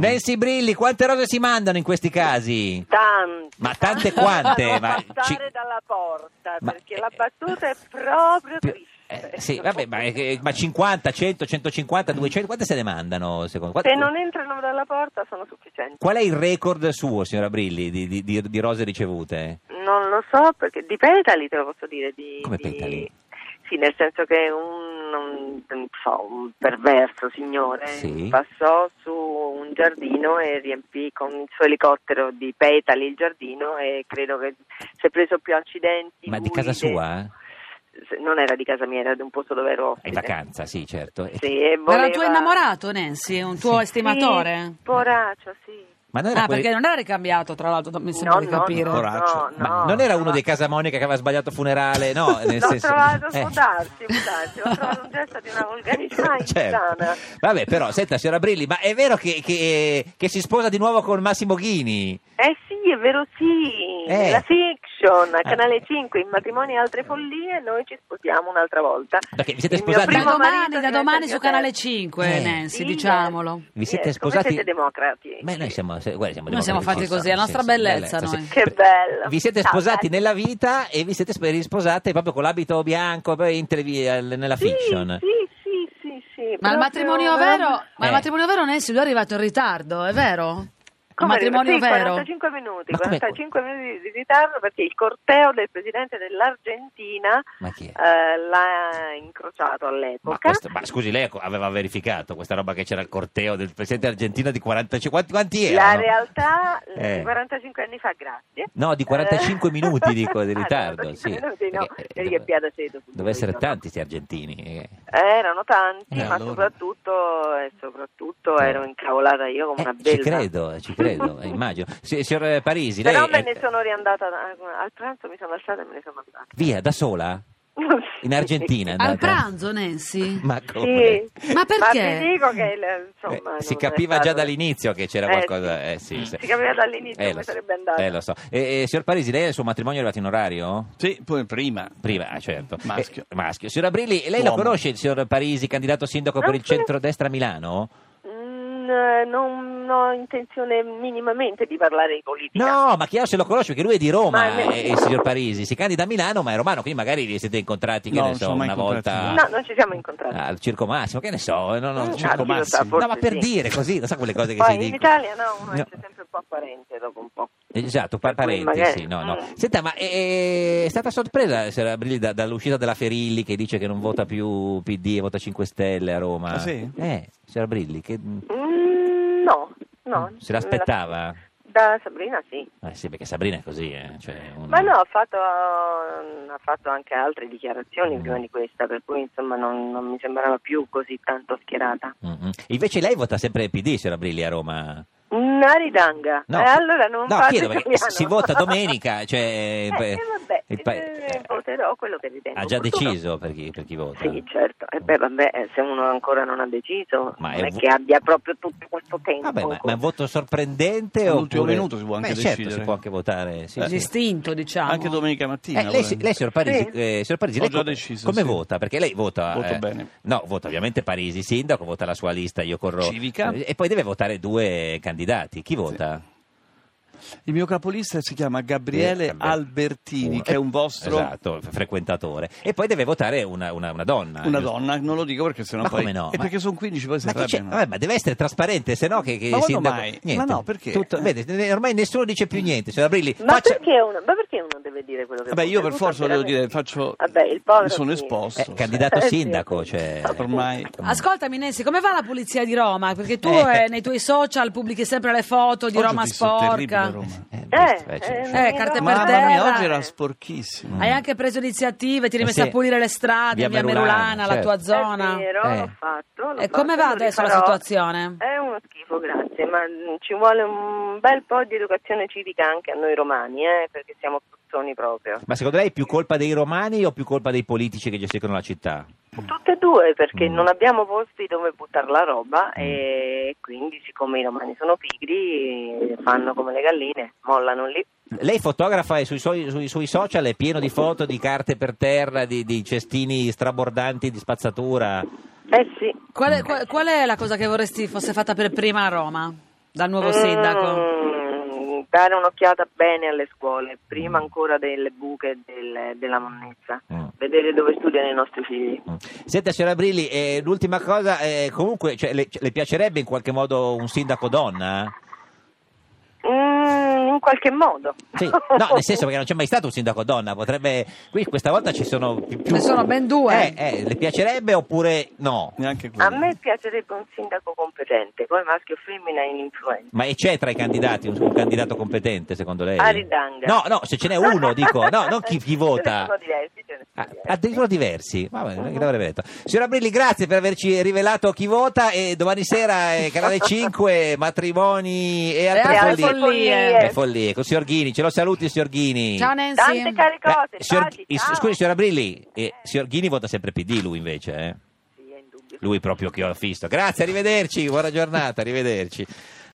Nancy Brilli, quante rose si mandano in questi casi? Tante. Ma tante quante? Non Ma passare ci- dalla porta, Ma- eh, perché la battuta è proprio Più- triste. eh, sì, vabbè, ma, eh, ma 50, 100, 150, 200, quante se ne mandano secondo Se non entrano dalla porta sono sufficienti. Qual è il record suo, signora Brilli, di, di- di- di rose ricevute? Non lo so, perché di petali te lo posso dire. Di, Come di- petali? Sì, nel senso che un, un- non so, un perverso signore Sì. passò su un giardino e riempì con il suo elicottero di petali il giardino e credo che si è preso più accidenti. Ma di lui casa de- sua? eh? se- Non era di casa mia, era di un posto dove ero È in ospite. vacanza, sì, certo. E- Sì, e Ma era voleva- il tuo innamorato, Nancy? Un tuo estimatore? Sì, poraccio, sì. Ma non Ah, quelli- perché non era ricambiato, tra l'altro, mi sembra No, di no, capire. no. Poraccio. Ma no, non era no. uno dei Casamonica che aveva sbagliato funerale, no? Nel L'ho senso... trovato, eh. può darsi, può darsi, ho trovato un gesto di una volgarità insana. Certo. Vabbè, però, senta, signora Brilli, ma è vero che, che- che si sposa di nuovo con Massimo Ghini? Eh sì, è vero sì, Eh. la fiction, a Eh. Canale 5, in matrimonio e altre follie, noi ci sposiamo un'altra volta. Perché vi siete Il mio sposati- Da primo marito domani, da diventa domani il su mio Canale terzo. 5, Eh. Nancy, Sì, diciamolo. Vi Sì, siete ecco, voi sposati? siete democratici. Beh, noi siamo, se- guarda, siamo Noi siamo democratici, fatti così, è la sì, nostra sì, bellezza, noi. sì. Che Per- bello. Vi siete Ciao, sposati dai. nella vita e vi siete sp- risposate proprio con l'abito bianco poi in televi- al- nella Sì, fiction. sì, sì, sì, sì. proprio- Ma il matrimonio vero, ma Eh. il matrimonio vero, Nancy, lui è arrivato in ritardo, è vero? Il Come matrimonio arriva? sì, vero. 45 minuti, Ma come- 45 minuti di ritardo perché il corteo del presidente dell'Argentina Ma chi è? eh, l'ha incrociato Ma, all'epoca. questo- ma scusi, lei aveva verificato questa roba che c'era il corteo del presidente argentino di 45 quanti, quanti La erano? realtà, Eh. di 45 anni fa, grazie. No, di 45 Eh. minuti dico di Ah, ritardo, 45 sì. minuti, no, Perché, eh, vedi dove- che piada sei tu. Dove essere No. tanti sti argentini. eh. Eh, erano tanti, Eh, ma allora. soprattutto, e soprattutto Eh. Oh, ero incavolata io come Eh, una bella. ci credo, ci credo, eh, immagino. Si- signor Parisi, lei Però Cioè, me è- ne sono riandata a- al pranzo, mi sono alzata e me ne sono andata. via da sola in Argentina? è Al andata? pranzo, Nancy? Ma come? Sì. Ma perché? Ma vi dico che il- insomma, Eh, non si è capiva stato- già dall'inizio che c'era Eh, qualcosa. sì. eh, sì, sì. Si capiva dall'inizio Eh, come lo so. sarebbe andata. Eh, lo so. Eh, eh, signor Parisi, lei al suo matrimonio è arrivato in orario? Sì, poi prima. Prima, ah, certo. Maschio. Eh, maschio. Signora Brilli, lei lo Uomo. conosce il signor Parisi, candidato sindaco per Ah, il sì. centro-destra a Milano? Mm, eh, non ho intenzione minimamente di parlare di politica. No, ma chiaro se lo conosce perché lui è di Roma, Ma è vero. eh, il signor Parisi. Si candida a Milano, ma è romano, quindi magari vi siete incontrati, che No, ne non so, sono mai una incontrati. volta No, non ci siamo incontrati. al Circo Massimo, che ne so. eh, No, no, Mm, Circo ah, chi lo Massimo. sa, forse No, ma per sì. dire così, lo sa quelle cose che Poi si in dicono. Italia no, uno No. esce sempre un po' apparente dopo un po'. Esatto, pa- Per cui parenti, magari- sì, no, no. Mm. Senta, ma eh, è, è stata sorpresa signora Brilli, da- dall'uscita della Ferilli che dice che non vota più PD e vota 5 Stelle a Roma? Ah, sì? Eh, signora Brilli, che... Mm, no, no. Se l'aspettava? Da Sabrina sì. Eh sì, perché Sabrina è così, eh, cioè, una- Ma no, ha fatto, mm, ha fatto anche altre dichiarazioni prima di questa, per cui insomma non, non mi sembrava più così tanto schierata. Mm, mm. Invece lei vota sempre PD, signora Brilli, a Roma? Una ridanga. Mm, Eh, allora non no, fate chiedo perché italiano. si vota domenica, cioè... il pa- Eh, eh, vabbè, il pa- eh, voterò quello che ritengo. Ha già opportuno. deciso per chi, per chi vota? Sì, certo. E beh, vabbè, eh, se uno ancora non ha deciso, Ma non è è, vo- che abbia proprio tutto questo tempo. Vabbè, ma, ma è un voto sorprendente o All'ultimo minuto si può anche certo, decidere. Eh, si può anche votare. sì, sì. L'istinto, diciamo. Anche domenica mattina. Eh, lei, si- lei, signor Parisi, Sì. eh, signor Parisi, Ho lei già come- deciso, come sì. vota? Perché lei vota... Voto eh, bene. No, vota ovviamente Parisi sindaco, vota la sua lista, io corro... Civica. E poi deve votare due candidati. Chi vota? Il mio capolista si chiama Gabriele Eh, Albertini, uno. che è un vostro... Esatto, frequentatore. E poi deve votare una, una- una donna. Una Ah, giusto? donna, non lo dico perché sennò Ma poi... come no? E Ma- perché sono 15 poi si Ma, chi c'è? arrabbiano. Vabbè, ma deve essere trasparente, se no che, che Ma il quando sindaco- mai? Niente. Ma no, perché? Eh. Tutto- vede, ne- ormai nessuno dice più niente, signora Brilli. Ma, faccia- perché uno, ma perché uno deve dire quello che Vabbè, vuole? io per Uno forza volevo dire, veramente- faccio... Vabbè, il povero mi sono sì. Eh, esposto. candidato Eh, sì. sindaco, cioè... Ormai... Ascolta Minensi, come va la pulizia di Roma? Perché tu Eh. eh, nei tuoi social pubblichi sempre le foto di Oggi ho Roma visto terribile sporca. Roma. Eh, Eh, questo, eh, cioè, eh, eh, carte per Mamma mia, terra. oggi era sporchissimo. Hai anche preso iniziative, ti Mm. Eh eri messa sì. a pulire le strade, Via via, Merulana, Merulana, certo. la tua Zona. zona. È vero, Eh. l'ho fatto. l'ho E come fatto, va lo adesso la rifarò. situazione? È uno schifo, grazie, ma mm, ci vuole un bel po' di educazione civica anche a noi romani, eh, perché siamo puttoni proprio. Ma secondo lei è più colpa dei romani o più colpa dei politici che gestiscono la città? Tutte e due, perché Mm. non abbiamo posti dove buttare la roba e quindi siccome i romani sono pigri, eh, fanno come le galline, mollano lì. Lei fotografa e sui, suoi- sui- sui social è pieno di foto, di carte per terra, di, di cestini strabordanti di spazzatura. Eh sì, Mm. Qual è, qual- qual è la cosa che vorresti fosse fatta per prima a Roma? dal nuovo sindaco? Mm, dare un'occhiata bene alle scuole, prima ancora delle buche del- della monnezza, Mm. vedere dove studiano i nostri figli. Mm. Senta, signora Brilli, eh, l'ultima cosa, eh, comunque cioè, le, le piacerebbe in qualche modo un sindaco donna? Mm, in qualche modo. Sì, no, nel senso perché non c'è mai stato un sindaco donna, potrebbe... Qui questa volta ci sono pi- più... Ne sono ben Eh, due. eh, le piacerebbe oppure no? Neanche quello. A me piacerebbe un sindaco competente, poi maschio o femmina è ininfluenza. Ma e c'è tra i candidati un, un candidato competente secondo lei? Ah, Aridanga. No, no, se ce n'è uno, dico, no, non chi, chi vota. Ce ne sono diversi, ce ne sono Ah, diversi. addirittura diversi, vabbè, non è che l'avrebbe detto. Signora Brilli, grazie per averci rivelato chi vota e domani sera eh, Canale 5, matrimoni e altre E altre follie. Eh, follie. E follie, con il signor Ghini, ce lo saluti il signor Ghini. Ciao Nancy. Tante care cose, Eh, ah, signor- Fadi, il- ciao. Scusi signora Brilli, eh, signor Ghini vota sempre PD lui invece, eh? Sì, è indubbio. lui proprio che ho affisto. Grazie, arrivederci, buona giornata, arrivederci.